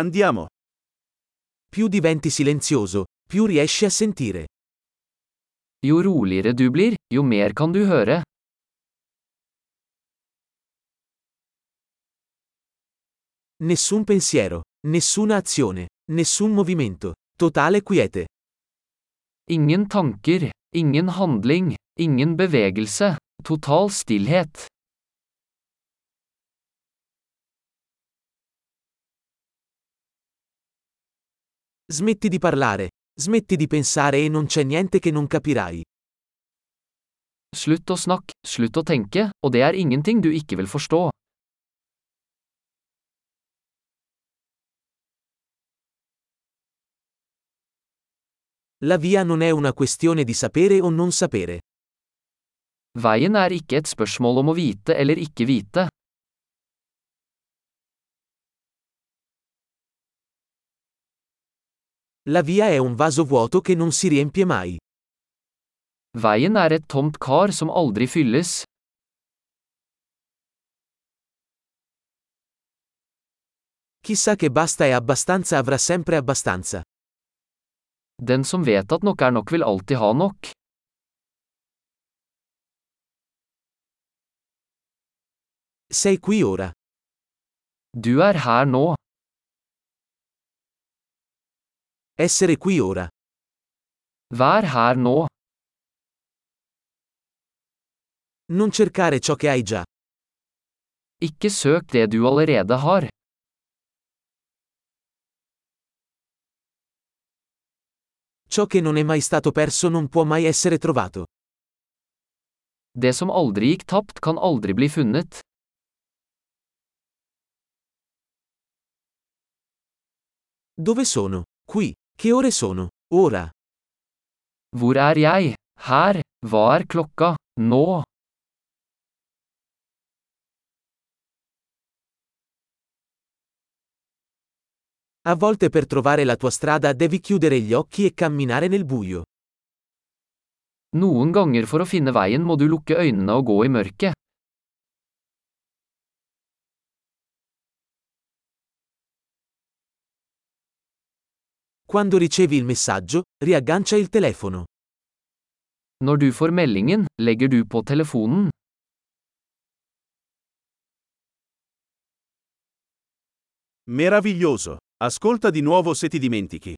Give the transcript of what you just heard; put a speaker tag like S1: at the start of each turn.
S1: Andiamo.
S2: Più diventi silenzioso, più riesci a sentire.
S3: Jo roligere du blir, jo mer kan du høre.
S2: Nessun pensiero, nessuna azione, nessun movimento, totale quiete.
S3: Ingen tanker, ingen handling, ingen bevegelse, total stillhet.
S2: Smetti di parlare, smetti di pensare e non c'è niente che non capirai.
S3: Slutt å snakke, slutt å tenke, og det er ingenting du ikke vil forstå.
S2: La via non è una questione di sapere o non sapere.
S3: Veien er ikke et spørsmål om å vite eller ikke vite.
S2: La via è un vaso vuoto che non si riempie mai.
S3: Veien er et tomt kar som aldri fylles.
S2: Chissà che basta e abbastanza avrà sempre abbastanza.
S3: Den som vet at nok er nok, vil alltid ha nok.
S2: Sei qui ora.
S3: Du er her nå.
S2: Essere qui ora.
S3: Vær her nå.
S2: Non cercare ciò che hai già.
S3: Ikke søk det du allerede har.
S2: Ciò che non è mai stato perso non può mai essere trovato.
S3: Det som aldri gikk tapt, kan aldri bli funnet.
S2: Dove sono? Qui. Che ore sono? Ora.
S3: Hvor er jeg? Her. Hva er klokka? Nå.
S2: A volte per trovare la tua strada devi chiudere gli occhi e camminare nel buio.
S3: Noen ganger for å finne veien må du lukke øynene og gå i mørket.
S2: Quando ricevi il messaggio, riaggancia il telefono.
S3: Når du får meldingen, legger du på telefonen.
S1: Meraviglioso. Ascolta di nuovo se ti dimentichi.